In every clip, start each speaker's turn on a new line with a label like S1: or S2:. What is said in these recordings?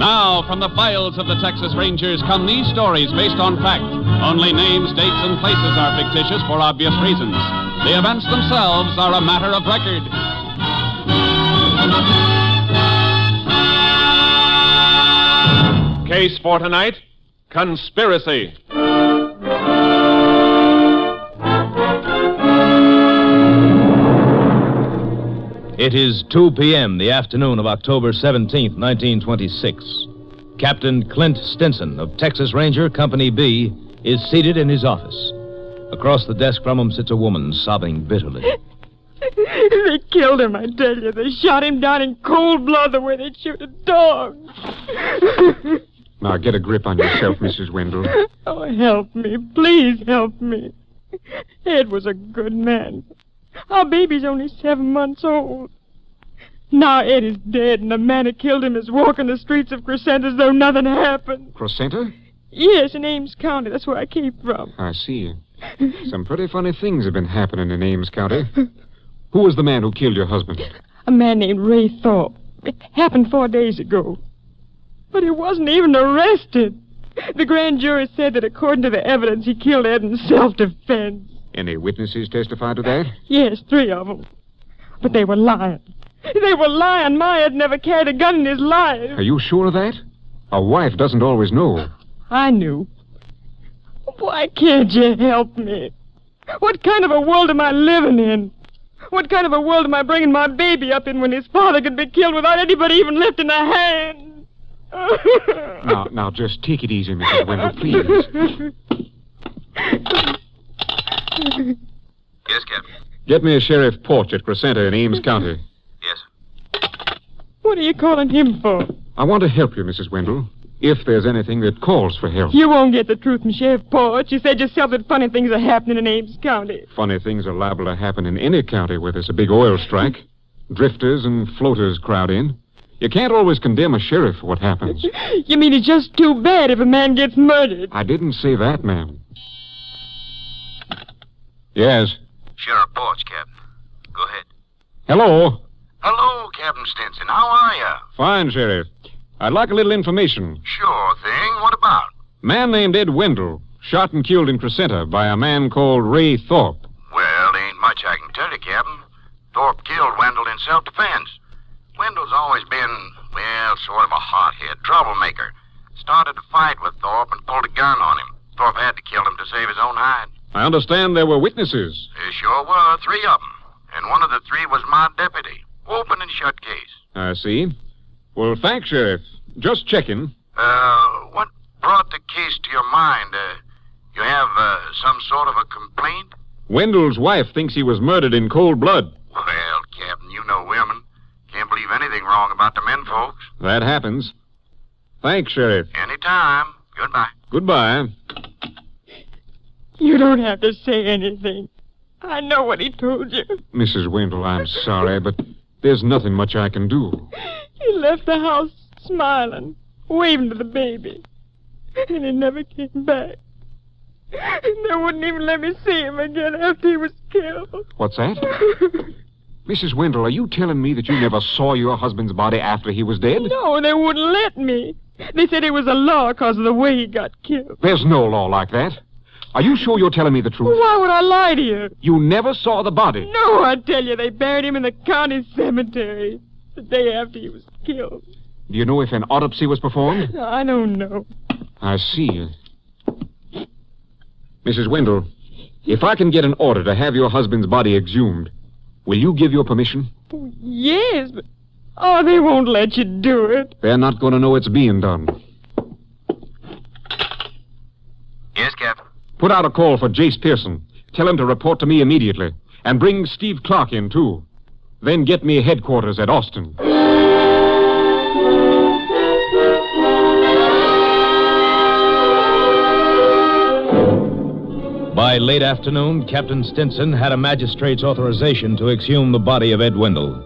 S1: Now, from the files of the Texas Rangers come these stories based on fact. Only names, dates, and places are fictitious for obvious reasons. The events themselves are a matter of record. Case for tonight Conspiracy.
S2: It is 2 p.m., the afternoon of October 17th, 1926. Captain Clint Stinson of Texas Ranger Company B is seated in his office. Across the desk from him sits a woman sobbing bitterly.
S3: They killed him, I tell you. They shot him down in cold blood the way they shoot a dog.
S4: Now get a grip on yourself, Mrs. Wendell.
S3: Oh, help me. Please help me. Ed was a good man. Our baby's only seven months old. Now Ed is dead, and the man who killed him is walking the streets of Crescent as though nothing happened.
S4: Crescenta?
S3: Yes, in Ames County. That's where I came from.
S4: I see. Some pretty funny things have been happening in Ames County. Who was the man who killed your husband?
S3: A man named Ray Thorpe. It happened four days ago. But he wasn't even arrested. The grand jury said that according to the evidence, he killed Ed in self defense.
S4: Any witnesses testify to that?
S3: Yes, three of them. But they were lying. They were lying. My Ed never carried a gun in his life.
S4: Are you sure of that? A wife doesn't always know.
S3: I knew. Why can't you help me? What kind of a world am I living in? What kind of a world am I bringing my baby up in when his father could be killed without anybody even lifting a hand?
S4: Now, now just take it easy, Mrs. Wendell, please.
S5: Yes, Captain.
S4: Get me a Sheriff Porch at Crescenta in Ames County.
S5: Yes.
S3: What are you calling him for?
S4: I want to help you, Mrs. Wendell, if there's anything that calls for help.
S3: You won't get the truth from Sheriff Porch. You said yourself that funny things are happening in Ames County.
S4: Funny things are liable to happen in any county where there's a big oil strike. Drifters and floaters crowd in. You can't always condemn a sheriff for what happens.
S3: You mean it's just too bad if a man gets murdered?
S4: I didn't say that, ma'am. Yes.
S5: Sheriff Porch, Captain. Go ahead.
S4: Hello.
S5: Hello, Captain Stinson. How are you?
S4: Fine, Sheriff. I'd like a little information.
S5: Sure thing. What about?
S4: Man named Ed Wendell, shot and killed in Crescenta by a man called Ray Thorpe.
S5: Well, ain't much I can tell you, Captain. Thorpe killed Wendell in self defense. Wendell's always been, well, sort of a hothead, troublemaker. Started a fight with Thorpe and pulled a gun on him. Thorpe had to kill him to save his own hide.
S4: I understand there were witnesses.
S5: There sure were three of 'em, and one of the three was my deputy. Open and shut case.
S4: I see. Well, thanks, Sheriff. Just checking.
S5: Uh, what brought the case to your mind? Uh, you have uh, some sort of a complaint?
S4: Wendell's wife thinks he was murdered in cold blood.
S5: Well, Captain, you know women. Can't believe anything wrong about the men folks.
S4: That happens. Thanks, Sheriff.
S5: Anytime. Goodbye.
S4: Goodbye.
S3: You don't have to say anything. I know what he told you.
S4: Mrs. Wendell, I'm sorry, but there's nothing much I can do.
S3: He left the house smiling, waving to the baby. And he never came back. And they wouldn't even let me see him again after he was killed.
S4: What's that? Mrs. Wendell, are you telling me that you never saw your husband's body after he was dead?
S3: no, they wouldn't let me. They said it was a law because of the way he got killed.
S4: There's no law like that. Are you sure you're telling me the truth?
S3: Why would I lie to you?
S4: You never saw the body.
S3: No, I tell you, they buried him in the county cemetery the day after he was killed.
S4: Do you know if an autopsy was performed?
S3: I don't know.
S4: I see. Mrs. Wendell, if I can get an order to have your husband's body exhumed, will you give your permission?
S3: Yes, but. Oh, they won't let you do it.
S4: They're not going to know it's being done.
S6: Yes, Captain.
S4: Put out a call for Jace Pearson. Tell him to report to me immediately. And bring Steve Clark in, too. Then get me headquarters at Austin.
S2: By late afternoon, Captain Stinson had a magistrate's authorization to exhume the body of Ed Wendell.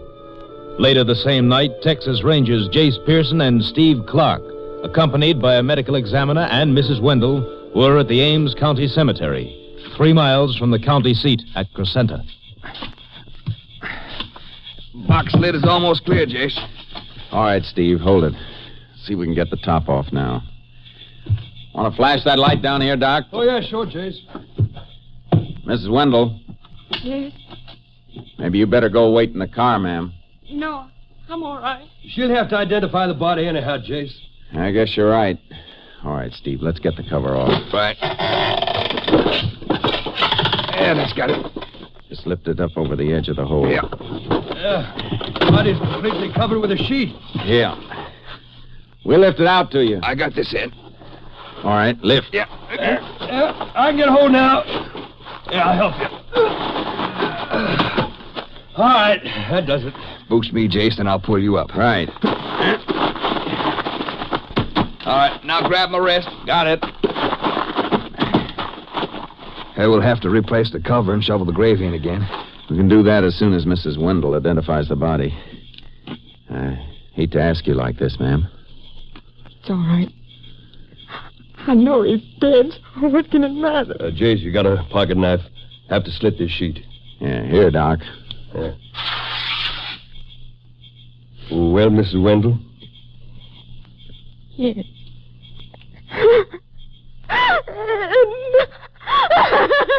S2: Later the same night, Texas Rangers Jace Pearson and Steve Clark, accompanied by a medical examiner and Mrs. Wendell, were at the Ames County Cemetery, three miles from the county seat at Crescenta.
S7: Box lid is almost clear, Jace. All right, Steve, hold it. See if we can get the top off now. Want to flash that light down here, Doc?
S8: Oh, yeah, sure, Chase.
S7: Mrs. Wendell,
S3: Yes.
S7: maybe you better go wait in the car, ma'am.
S3: No, I'm all right.
S8: She'll have to identify the body anyhow, Chase.
S7: I guess you're right. All right, Steve, let's get the cover off.
S6: Right.
S7: Yeah, that's got it. Just lift it up over the edge of the hole.
S6: Yeah.
S8: Yeah. Body's completely covered with a sheet.
S7: Yeah. We'll lift it out to you.
S6: I got this in.
S7: All right, lift.
S6: Yeah.
S3: Uh,
S8: Yeah, I can get hold now. Yeah, I'll help you. All right, that does it.
S6: Boost me, Jace, and I'll pull you up.
S7: Right.
S6: All right, now grab my wrist. Got it. Hey, we'll have to replace the cover and shovel the grave in again.
S7: We can do that as soon as Mrs. Wendell identifies the body. I hate to ask you like this, ma'am.
S3: It's all right. I know he's dead. What can it matter?
S8: Uh, Jace, you got a pocket knife. Have to slit this sheet.
S7: Yeah, here, Doc.
S8: Well, Mrs. Wendell?
S3: Yes.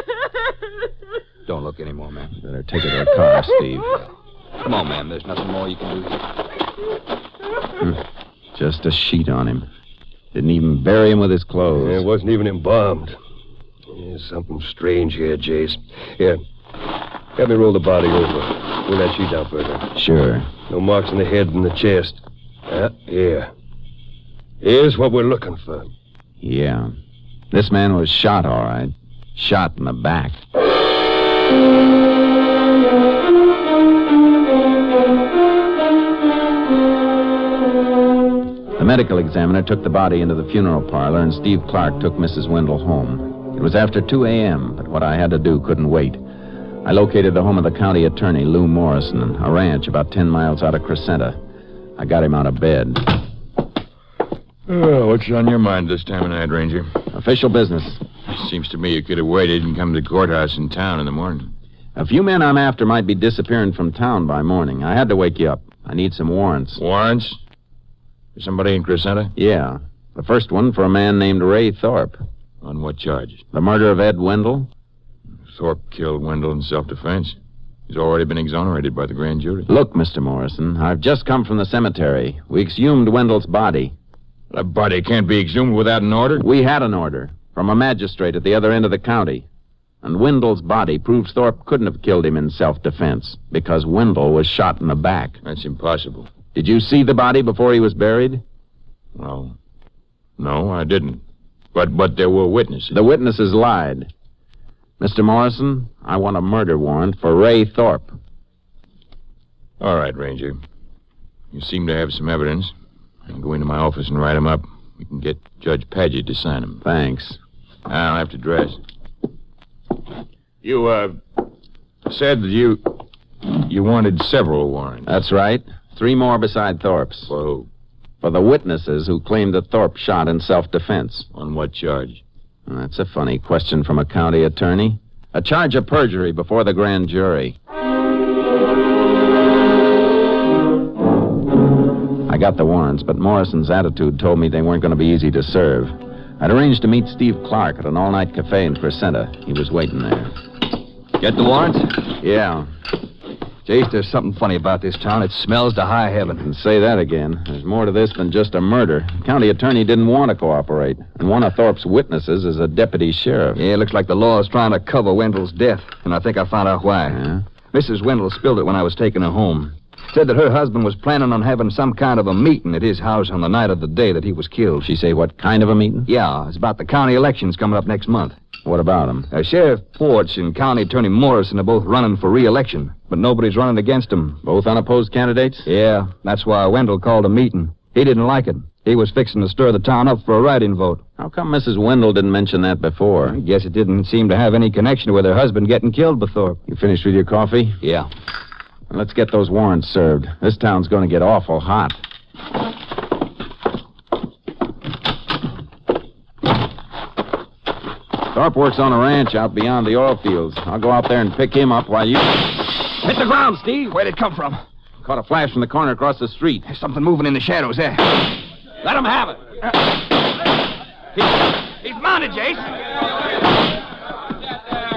S3: Steve.
S7: Don't look anymore, ma'am. Better take her to the car, Steve.
S6: Come on, ma'am. There's nothing more you can do.
S7: Hmm. Just a sheet on him. Didn't even bury him with his clothes.
S8: Yeah, it wasn't even embalmed. There's something strange here, Jace. Here, have me roll the body over. Pull that sheet down further.
S7: Sure.
S8: No marks in the head and the chest. Uh, here. Here's what we're looking for.
S7: Yeah. This man was shot, all right. Shot in the back. The medical examiner took the body into the funeral parlor, and Steve Clark took Mrs. Wendell home. It was after 2 a.m., but what I had to do couldn't wait. I located the home of the county attorney, Lou Morrison, a ranch about 10 miles out of Crescenta. I got him out of bed.
S9: Oh, what's on your mind this time of night, Ranger?
S7: Official business.
S9: Seems to me you could have waited and come to the courthouse in town in the morning.
S7: A few men I'm after might be disappearing from town by morning. I had to wake you up. I need some warrants.
S9: Warrants? For somebody in Crescenta?
S7: Yeah. The first one for a man named Ray Thorpe.
S9: On what charges?
S7: The murder of Ed Wendell.
S9: Thorpe killed Wendell in self defense. He's already been exonerated by the grand jury.
S7: Look, Mr. Morrison, I've just come from the cemetery. We exhumed Wendell's body.
S9: The body can't be exhumed without an order.
S7: We had an order from a magistrate at the other end of the county. And Wendell's body proves Thorpe couldn't have killed him in self defense because Wendell was shot in the back.
S9: That's impossible.
S7: Did you see the body before he was buried?
S9: Well, no, I didn't. But but there were witnesses.
S7: The witnesses lied. Mr. Morrison, I want a murder warrant for Ray Thorpe.
S9: All right, Ranger. You seem to have some evidence. I'll go into my office and write 'em up. We can get Judge Paget to sign 'em.
S7: Thanks.
S9: I'll have to dress. You, uh, said that you. You wanted several warrants.
S7: That's right. Three more beside Thorpe's.
S9: For who?
S7: For the witnesses who claimed that Thorpe shot in self defense.
S9: On what charge?
S7: That's a funny question from a county attorney. A charge of perjury before the grand jury. I got the warrants, but Morrison's attitude told me they weren't going to be easy to serve. I'd arranged to meet Steve Clark at an all night cafe in Crescenta. He was waiting there.
S9: Get the warrants?
S7: Yeah.
S8: Jase, there's something funny about this town. It smells to high heaven.
S7: And say that again. There's more to this than just a murder. The county attorney didn't want to cooperate, and one of Thorpe's witnesses is a deputy sheriff.
S8: Yeah, it looks like the law is trying to cover Wendell's death, and I think I found out why. Mrs. Wendell spilled it when I was taking her home. Said that her husband was planning on having some kind of a meeting at his house on the night of the day that he was killed.
S7: She say what kind of a meeting?
S8: Yeah, it's about the county elections coming up next month.
S7: What about him?
S8: Uh, Sheriff Porch and County Attorney Morrison are both running for re-election, but nobody's running against them.
S7: Both unopposed candidates?
S8: Yeah, that's why Wendell called a meeting. He didn't like it. He was fixing to stir the town up for a write-in vote.
S7: How come Mrs. Wendell didn't mention that before?
S8: I guess it didn't seem to have any connection with her husband getting killed, Bethorpe.
S7: You finished with your coffee?
S8: Yeah.
S7: Let's get those warrants served. This town's going to get awful hot. Thorpe works on a ranch out beyond the oil fields. I'll go out there and pick him up while you.
S8: Hit the ground, Steve. Where'd it come from?
S7: Caught a flash from the corner across the street.
S8: There's something moving in the shadows there. Let him have it. He's, he's mounted, Jace.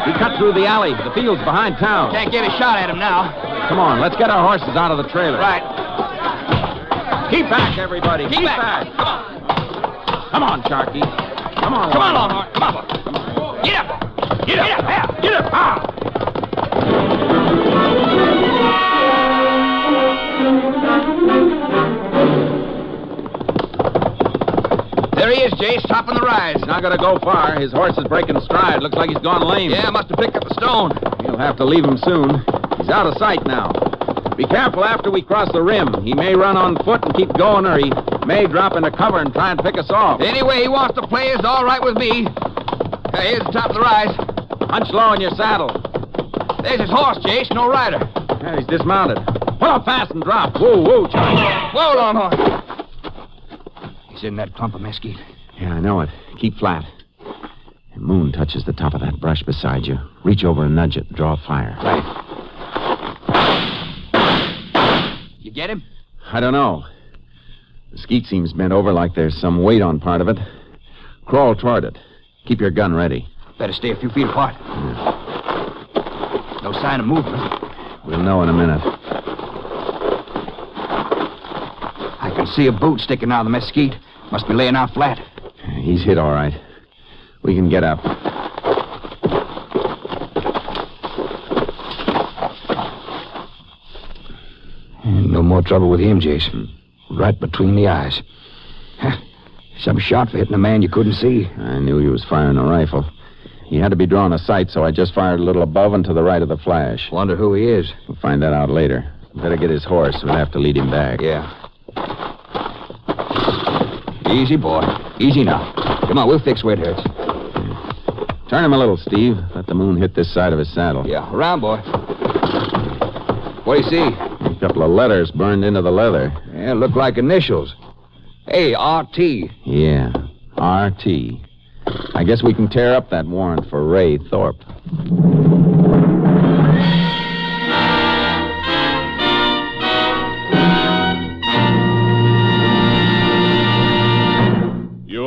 S7: He cut through the alley. The field's behind town.
S8: Can't get a shot at him now.
S7: Come on, let's get our horses out of the trailer.
S8: Right.
S7: Keep back, everybody.
S8: Keep, Keep back. back.
S7: Come on, Sharky. Come on.
S8: Come on, Longhorn. Come on. Come on. Get up. Get up. Get up. Get up. Get up. Ah. There he is, Jace, topping the rise.
S7: Not gonna go far. His horse is breaking stride. Looks like he's gone lame.
S8: Yeah, must have picked up a stone.
S7: We'll have to leave him soon. He's out of sight now. Be careful after we cross the rim. He may run on foot and keep going, or he may drop into cover and try and pick us off.
S8: Any way he wants to play is all right with me. Now, here's the top of the rise.
S7: Hunch low in your saddle.
S8: There's his horse, Jace. No rider.
S7: Yeah, he's dismounted. Pull up fast and drop. Whoa, whoa, Charlie.
S8: Whoa, Longhorn in that clump of mesquite.
S7: Yeah, I know it. Keep flat. The moon touches the top of that brush beside you. Reach over and nudge it. Draw fire.
S8: Right. You get him?
S7: I don't know. The skeet seems bent over like there's some weight on part of it. Crawl toward it. Keep your gun ready.
S8: Better stay a few feet apart. Yeah. No sign of movement.
S7: We'll know in a minute.
S8: I can see a boot sticking out of the mesquite. Must be laying out flat.
S7: He's hit all right. We can get up.
S8: Hmm, No more trouble with him, Jason. Right between the eyes. Some shot for hitting a man you couldn't see.
S7: I knew he was firing a rifle. He had to be drawn a sight, so I just fired a little above and to the right of the flash.
S8: Wonder who he is.
S7: We'll find that out later. Better get his horse. We'll have to lead him back.
S8: Yeah. Easy, boy. Easy now. Come on, we'll fix where it hurts.
S7: Turn him a little, Steve. Let the moon hit this side of his saddle.
S8: Yeah, around, boy. What do you see?
S7: A couple of letters burned into the leather.
S8: Yeah, look like initials. A R T.
S7: Yeah, R T. I guess we can tear up that warrant for Ray Thorpe.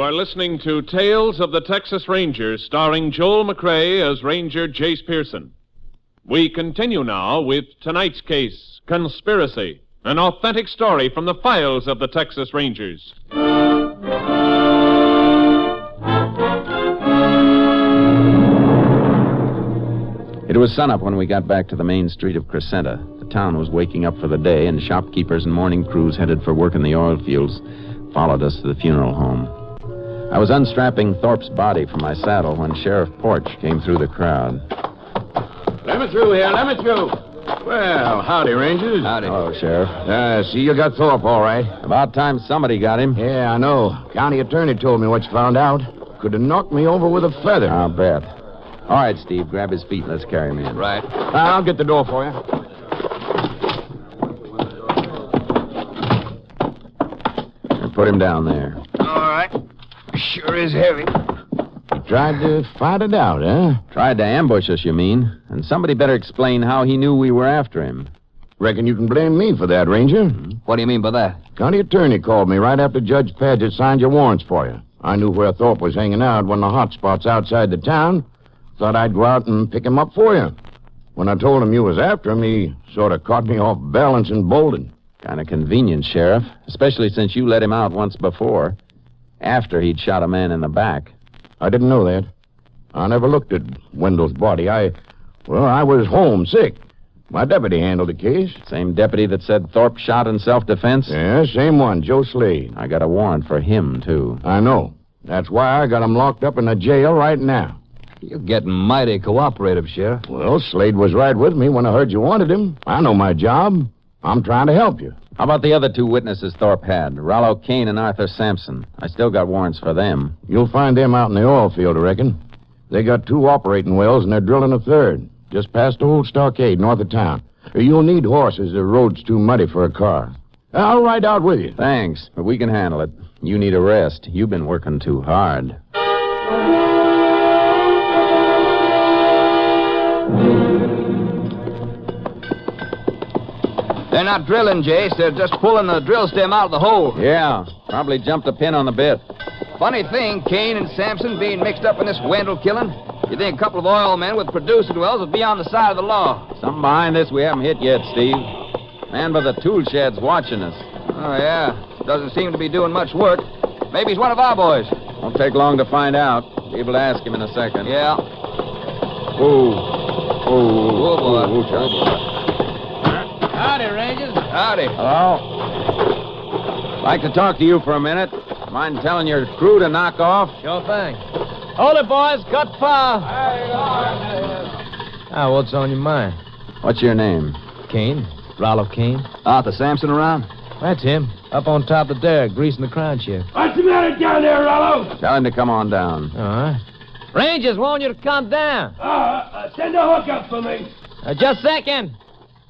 S10: are listening to Tales of the Texas Ranger, starring Joel McRae as Ranger Jace Pearson. We continue now with tonight's case, Conspiracy, an authentic story from the files of the Texas Rangers.
S7: It was sunup when we got back to the main street of Crescenta. The town was waking up for the day, and shopkeepers and morning crews headed for work in the oil fields followed us to the funeral home. I was unstrapping Thorpe's body from my saddle when Sheriff Porch came through the crowd.
S9: Let me through here. Let me through. Well, howdy, Rangers.
S7: Howdy. Hello, Sheriff.
S9: I uh, see you got Thorpe all right.
S7: About time somebody got him.
S9: Yeah, I know. County attorney told me what you found out. Could have knocked me over with a feather.
S7: I'll bet. All right, Steve, grab his feet. Let's carry him in.
S9: Right. I'll get the door for you.
S7: Put him down there.
S9: All right. Sure is heavy. You tried to fight it out, eh?
S7: Tried to ambush us, you mean? And somebody better explain how he knew we were after him.
S9: Reckon you can blame me for that, Ranger.
S8: What do you mean by that?
S9: County attorney called me right after Judge Paget signed your warrants for you. I knew where Thorpe was hanging out, one of the hot spots outside the town. Thought I'd go out and pick him up for you. When I told him you was after him, he sort of caught me off balance and bolted.
S7: Kind of convenient, Sheriff, especially since you let him out once before, after he'd shot a man in the back.
S9: I didn't know that. I never looked at Wendell's body. I, well, I was home sick. My deputy handled the case.
S7: Same deputy that said Thorpe shot in self defense?
S9: Yeah, same one, Joe Slade.
S7: I got a warrant for him, too.
S9: I know. That's why I got him locked up in a jail right now.
S8: You're getting mighty cooperative, Sheriff.
S9: Well, Slade was right with me when I heard you wanted him. I know my job. I'm trying to help you.
S7: How about the other two witnesses Thorpe had, Rollo Kane and Arthur Sampson? I still got warrants for them.
S9: You'll find them out in the oil field, I reckon. They got two operating wells and they're drilling a third, just past the old stockade north of town. You'll need horses. The road's too muddy for a car. I'll ride out with you.
S7: Thanks, but we can handle it. You need a rest. You've been working too hard.
S8: They're not drilling, Jace. They're just pulling the drill stem out of the hole.
S7: Yeah, probably jumped a pin on the bit.
S8: Funny thing, Kane and Sampson being mixed up in this Wendell killing. You think a couple of oil men with producing wells would be on the side of the law?
S7: Something behind this we haven't hit yet, Steve. Man by the tool shed's watching us.
S8: Oh, yeah. Doesn't seem to be doing much work. Maybe he's one of our boys.
S7: Won't take long to find out. Be able to ask him in a second.
S8: Yeah.
S7: Ooh.
S8: Ooh. Oh, boy.
S7: Ooh, ooh,
S2: Howdy, Rangers.
S8: Howdy.
S7: Hello. Like to talk to you for a minute. Mind telling your crew to knock off?
S2: Sure thing. Hold it, boys. Got fire. Ah, what's on your mind?
S7: What's your name?
S2: Kane. Rollo Kane.
S7: Arthur Sampson around?
S2: That's him. Up on top of the derrick, greasing the crown shift.
S3: What's the matter down there, Rollo?
S7: Tell him to come on down.
S2: All right. Rangers want you to come down.
S3: Uh, uh send a hook up for me.
S2: Uh, just a second.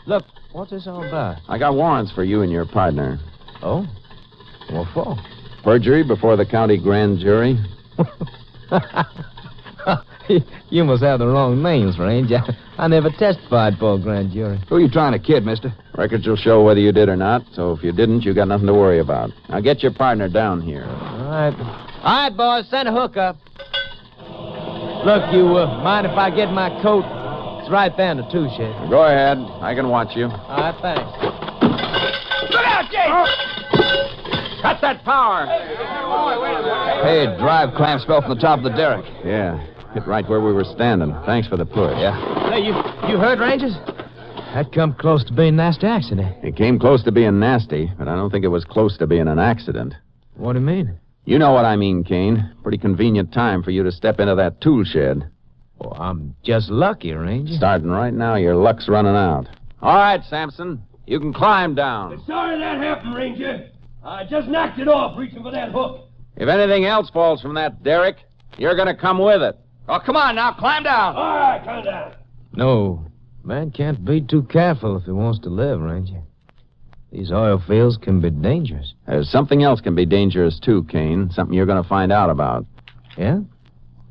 S2: Look, What's this all about?
S7: I got warrants for you and your partner.
S2: Oh? What for?
S7: Perjury before the county grand jury.
S2: you must have the wrong names, Ranger. I never testified for a grand jury.
S8: Who are you trying to kid, mister?
S7: Records will show whether you did or not, so if you didn't, you got nothing to worry about. Now get your partner down here.
S2: All right. All right, boys, send a hook up. Look, you uh, mind if I get my coat? It's right there in the two shed.
S7: Go ahead. I can watch you. All
S2: right, thanks.
S3: Look out, Jake! Oh.
S8: Cut that power!
S7: Hey, drive clamps fell from the top of the derrick. Yeah, hit right where we were standing. Thanks for the push.
S8: Yeah.
S2: Hey, you, you heard, Rangers? That come close to being a nasty accident.
S7: It came close to being nasty, but I don't think it was close to being an accident.
S2: What do you mean?
S7: You know what I mean, Kane. Pretty convenient time for you to step into that tool shed.
S2: Well, I'm just lucky, Ranger.
S7: Starting right now, your luck's running out. All right, Sampson. You can climb down.
S3: But sorry that happened, Ranger. I just knocked it off reaching for that hook.
S7: If anything else falls from that derrick, you're going to come with it.
S8: Oh, come on now. Climb down.
S3: All right, climb down.
S2: No. Man can't be too careful if he wants to live, Ranger. These oil fields can be dangerous.
S7: There's Uh, something else can be dangerous, too, Kane. Something you're going to find out about.
S2: Yeah?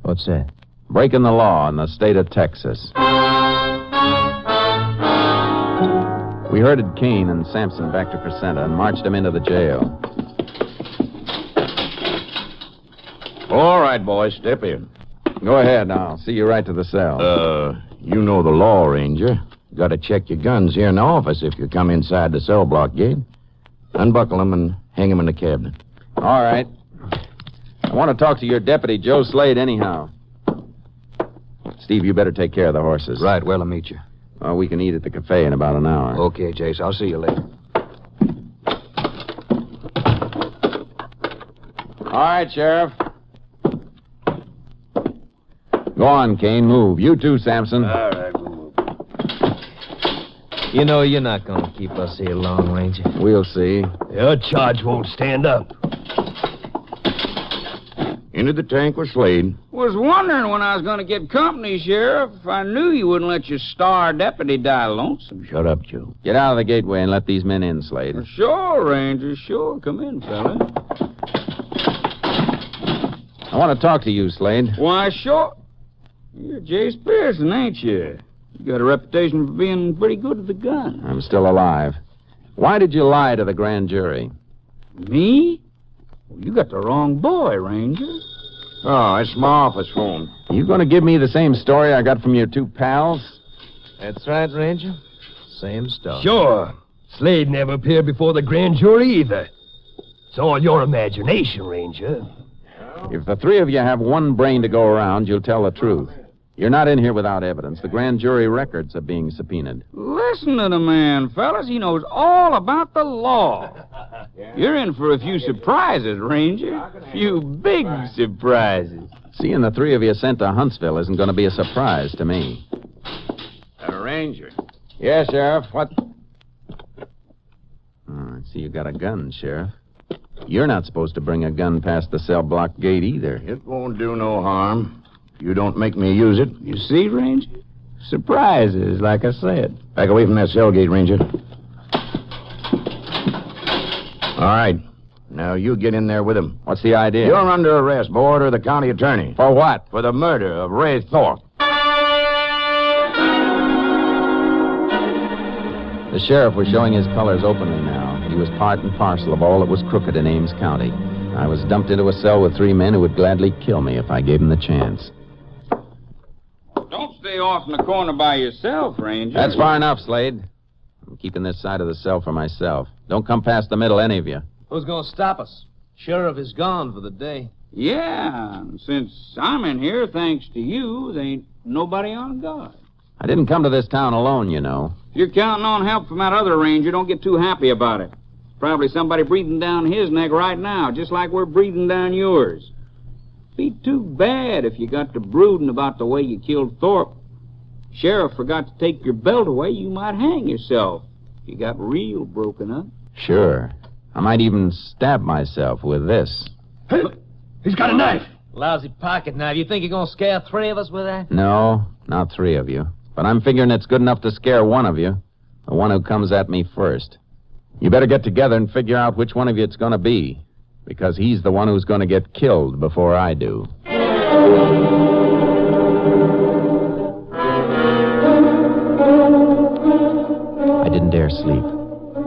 S2: What's that?
S7: breaking the law in the state of Texas. We herded Kane and Sampson back to Crescenta and marched them into the jail.
S11: All right, boys, step in.
S7: Go ahead. I'll see you right to the cell.
S11: Uh,
S9: you know the law, Ranger. Got to check your guns here in the office if you come inside the cell block gate. Unbuckle them and hang them in the cabinet.
S7: All right. I want to talk to your deputy, Joe Slade, anyhow. Steve, you better take care of the horses.
S8: Right, well, I'll meet you.
S7: Well, we can eat at the cafe in about an hour.
S8: Okay, Jace. I'll see you later.
S7: All right, Sheriff. Go on, Kane. Move. You too, Sampson.
S12: All right, we'll move.
S2: Uh, You know, you're not going to keep us here long, Ranger.
S7: We'll see.
S12: Your charge won't stand up.
S9: Into the tank with Slade.
S6: Was wondering when I was going to get company, Sheriff. If I knew you wouldn't let your star deputy die lonesome.
S12: Shut up, Joe.
S7: Get out of the gateway and let these men in, Slade.
S6: Well, sure, Ranger. Sure. Come in, fella.
S7: I want to talk to you, Slade.
S6: Why, sure. You're Jace Pearson, ain't you? You got a reputation for being pretty good at the gun.
S7: I'm still alive. Why did you lie to the grand jury?
S6: Me? You got the wrong boy, Ranger.
S9: Oh, it's my office phone.
S7: You gonna give me the same story I got from your two pals?
S13: That's right, Ranger. Same stuff.
S14: Sure. Slade never appeared before the grand jury either. It's all your imagination, Ranger.
S7: If the three of you have one brain to go around, you'll tell the truth. You're not in here without evidence. The grand jury records are being subpoenaed.
S6: Listen to the man, fellas. He knows all about the law. You're in for a few surprises, Ranger. A few big surprises.
S7: Seeing the three of you sent to Huntsville isn't going to be a surprise to me.
S15: A ranger.
S7: Yes, Sheriff. What? Uh, I see you got a gun, Sheriff. You're not supposed to bring a gun past the cell block gate either.
S9: It won't do no harm. You don't make me use it. You see, Ranger? Surprises, like I said. Back away from that cell gate, Ranger. All right. Now you get in there with him.
S7: What's the idea?
S9: You're under arrest by order of the county attorney.
S7: For what?
S9: For the murder of Ray Thorpe.
S7: The sheriff was showing his colors openly now. He was part and parcel of all that was crooked in Ames County. I was dumped into a cell with three men who would gladly kill me if I gave them the chance.
S6: Don't stay off in the corner by yourself, Ranger.
S7: That's far enough, Slade. I'm keeping this side of the cell for myself. Don't come past the middle, any of you.
S13: Who's going to stop us? Sheriff is gone for the day.
S6: Yeah, and since I'm in here, thanks to you, there ain't nobody on guard.
S7: I didn't come to this town alone, you know.
S6: If you're counting on help from that other ranger, don't get too happy about it. Probably somebody breathing down his neck right now, just like we're breathing down yours. Be too bad if you got to brooding about the way you killed Thorpe. Sheriff forgot to take your belt away, you might hang yourself. You got real broken up.
S7: Sure. I might even stab myself with this.
S14: He's got a knife.
S13: Lousy pocket knife. You think you're going to scare three of us with that?
S7: No, not three of you. But I'm figuring it's good enough to scare one of you, the one who comes at me first. You better get together and figure out which one of you it's going to be, because he's the one who's going to get killed before I do. I didn't dare sleep.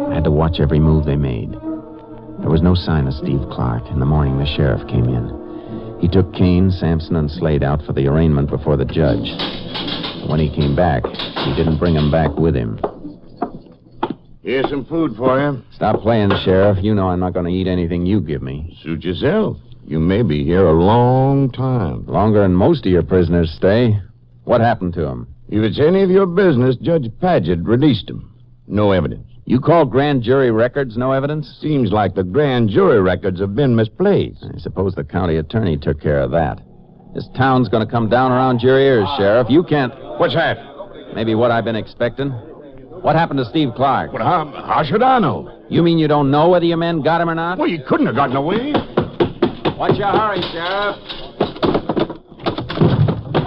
S7: I had to watch every move they made. There was no sign of Steve Clark. In the morning, the sheriff came in. He took Kane, Sampson, and Slade out for the arraignment before the judge. When he came back, he didn't bring 'em back with him.
S15: Here's some food for you.
S7: Stop playing, Sheriff. You know I'm not going to eat anything you give me.
S15: Suit yourself. You may be here a long time.
S7: Longer than most of your prisoners stay. What happened to 'em?
S9: If it's any of your business, Judge Paget released him. No evidence.
S7: You call grand jury records no evidence?
S9: Seems like the grand jury records have been misplaced.
S7: I suppose the county attorney took care of that. This town's going to come down around your ears, Sheriff. You can't.
S9: What's that?
S7: Maybe what I've been expecting. What happened to Steve Clark?
S9: Well, how, how should I know?
S7: You mean you don't know whether your men got him or not?
S9: Well, you couldn't have gotten away.
S7: What's your hurry, Sheriff?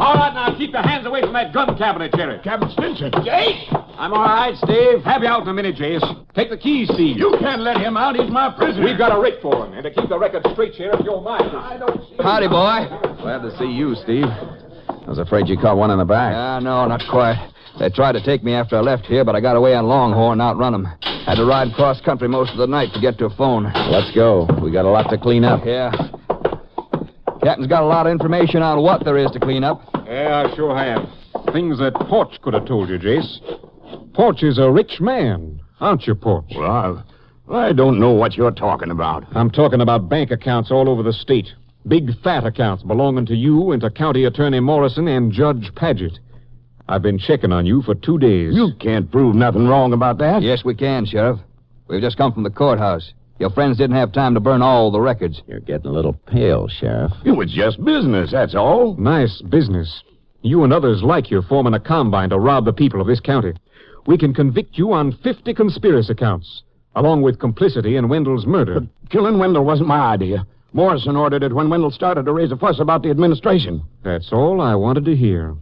S10: All right, now keep your hands away from that gun cabinet, Sheriff.
S9: Captain Stinson.
S10: Jake!
S7: I'm all right, Steve.
S10: Have you out in a minute, Jace. Take the keys, Steve.
S9: You can't let him out. He's my prisoner.
S10: We've got a writ for him, and to keep the record straight, Sheriff, you're mine. I don't see.
S7: Howdy, boy. Glad to see you, Steve. I was afraid you caught one in the back.
S8: Ah, no, not quite. They tried to take me after I left here, but I got away on Longhorn, outrun 'em. Had to ride cross country most of the night to get to a phone.
S7: Let's go. We got a lot to clean up.
S8: Yeah. Captain's got a lot of information on what there is to clean up.
S4: Yeah, I sure have. Things that Porch could have told you, Jace. Porch is a rich man, aren't you, Porch?
S9: Well, I, I don't know what you're talking about.
S4: I'm talking about bank accounts all over the state. Big fat accounts belonging to you and to County Attorney Morrison and Judge Paget. I've been checking on you for two days.
S9: You can't prove nothing wrong about that.
S8: Yes, we can, Sheriff. We've just come from the courthouse. Your friends didn't have time to burn all the records.
S7: You're getting a little pale, Sheriff.
S9: It was just business, that's all.
S4: Nice business. You and others like you forming a combine to rob the people of this county. We can convict you on 50 conspiracy counts, along with complicity in Wendell's murder.
S9: Killing Wendell wasn't my idea. Morrison ordered it when Wendell started to raise a fuss about the administration.
S4: That's all I wanted to hear.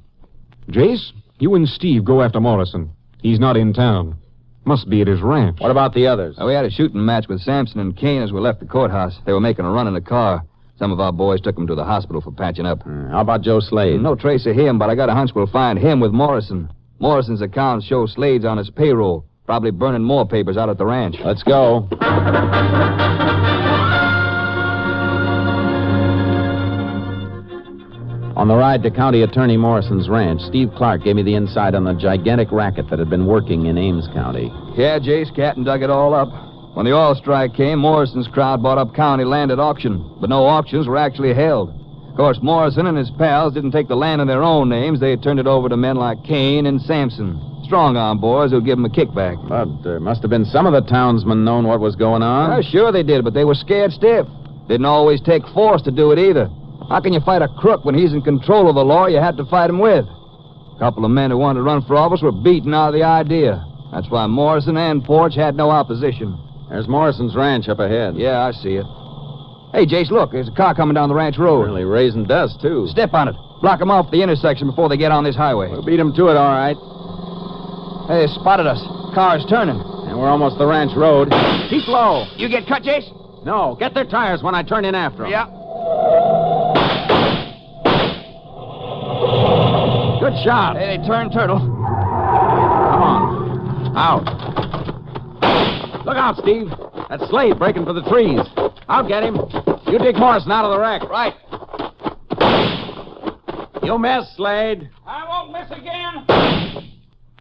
S4: Jace, you and Steve go after Morrison. He's not in town. Must be at his ranch.
S7: What about the others?
S8: Uh, Hmm. we had a shooting match with Sampson and Kane as we left the courthouse. They were making a run in a car. Some of our boys took him to the hospital for patching up.
S7: Uh, How about Joe Slade?
S8: No trace of him, but I got a hunch we'll find him with Morrison. Morrison's accounts show Slade's on his payroll, probably burning more papers out at the ranch.
S7: Let's go. On the ride to County Attorney Morrison's ranch, Steve Clark gave me the insight on the gigantic racket that had been working in Ames County.
S8: Yeah, Jace Catton dug it all up. When the oil strike came, Morrison's crowd bought up county land at auction, but no auctions were actually held. Of course, Morrison and his pals didn't take the land in their own names. They turned it over to men like Kane and Sampson, strong arm boys who'd give them a kickback.
S7: But there must have been some of the townsmen known what was going on.
S8: Well, sure they did, but they were scared stiff. Didn't always take force to do it either. How can you fight a crook when he's in control of the law you had to fight him with? A couple of men who wanted to run for office were beaten out of the idea. That's why Morrison and Porch had no opposition.
S7: There's Morrison's ranch up ahead.
S8: Yeah, I see it. Hey, Jace, look, there's a car coming down the ranch road.
S7: Really raising dust, too.
S8: Step on it. Block 'em off at the intersection before they get on this highway.
S7: We'll beat 'em to it, all right.
S8: Hey, they spotted us. Car's turning.
S7: And we're almost the ranch road.
S8: Keep low.
S6: You get cut, Jace?
S7: No, get their tires when I turn in after 'em.
S6: Yeah.
S7: Good shot.
S8: Hey, they turn turtle.
S7: Come on. Out. Look out, Steve. That Slade breaking for the trees. I'll get him. You dig Morrison out of the wreck.
S6: Right.
S7: You miss, Slade.
S6: I won't miss again.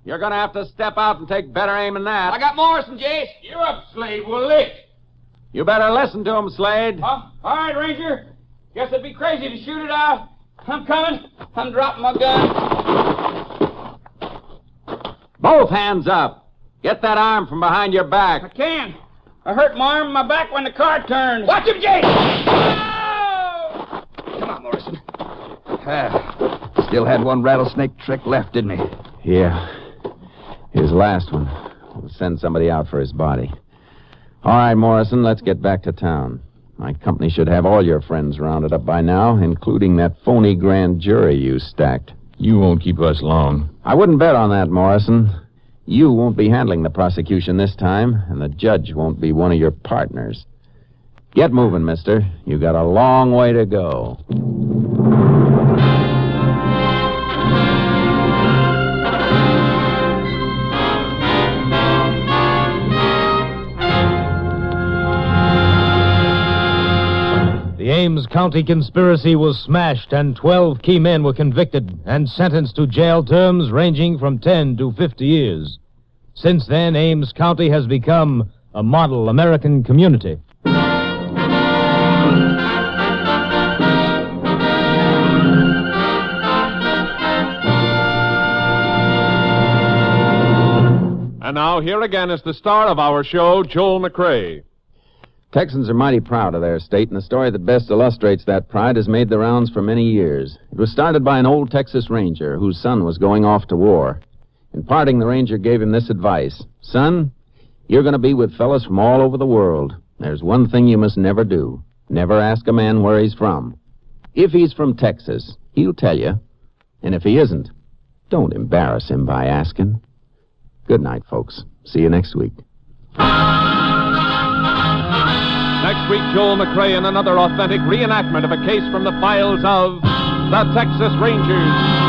S7: You're gonna have to step out and take better aim than that.
S6: I got Morrison, Jace. You're up, Slade. We're licked.
S7: You better listen to him, Slade.
S6: Huh? All right, Ranger. Guess it'd be crazy to shoot it out. I'm coming. I'm dropping my gun.
S7: Both hands up. Get that arm from behind your back.
S6: I can. I hurt my arm and my back when the car turned. Watch him, Jace! Come on, Morrison.
S8: Ah, still had one rattlesnake trick left, didn't he?
S7: Yeah. His last one. We'll send somebody out for his body. All right, Morrison, let's get back to town. My company should have all your friends rounded up by now, including that phony grand jury you stacked.
S16: You won't keep us long.
S7: I wouldn't bet on that, Morrison. You won't be handling the prosecution this time, and the judge won't be one of your partners. Get moving, mister. You got a long way to go.
S2: The Ames County conspiracy was smashed, and 12 key men were convicted and sentenced to jail terms ranging from 10 to 50 years. Since then, Ames County has become a model American community.
S10: And now, here again is the star of our show, Joel McRae.
S7: Texans are mighty proud of their state, and the story that best illustrates that pride has made the rounds for many years. It was started by an old Texas Ranger whose son was going off to war. In parting, the Ranger gave him this advice Son, you're going to be with fellas from all over the world. There's one thing you must never do never ask a man where he's from. If he's from Texas, he'll tell you. And if he isn't, don't embarrass him by asking. Good night, folks. See you next week.
S10: Next week, Joel McRae in another authentic reenactment of a case from the files of the Texas Rangers.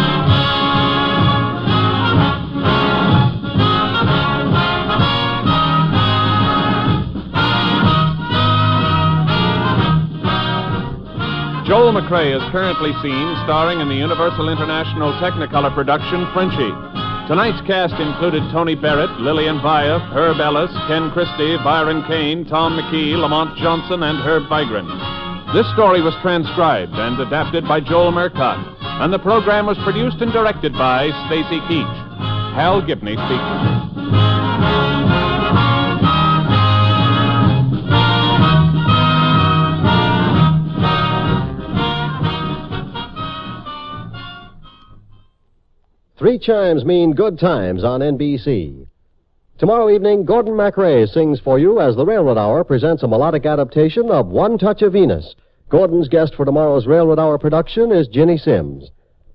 S10: Joel McRae is currently seen starring in the Universal International Technicolor production Frenchie. Tonight's cast included Tony Barrett, Lillian Via, Herb Ellis, Ken Christie, Byron Kane, Tom McKee, Lamont Johnson, and Herb Vigran. This story was transcribed and adapted by Joel Murcott, and the program was produced and directed by Stacy Keach. Hal Gibney speaking.
S17: Three chimes mean good times on NBC. Tomorrow evening, Gordon MacRae sings for you as the Railroad Hour presents a melodic adaptation of One Touch of Venus. Gordon's guest for tomorrow's Railroad Hour production is Ginny Sims.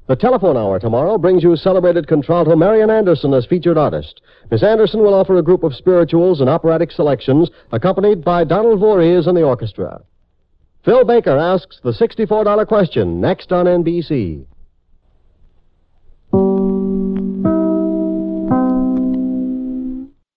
S17: The telephone hour tomorrow brings you celebrated contralto Marian Anderson as featured artist. Miss Anderson will offer a group of spirituals and operatic selections accompanied by Donald Voorhees and the orchestra. Phil Baker asks the $64 question next on NBC.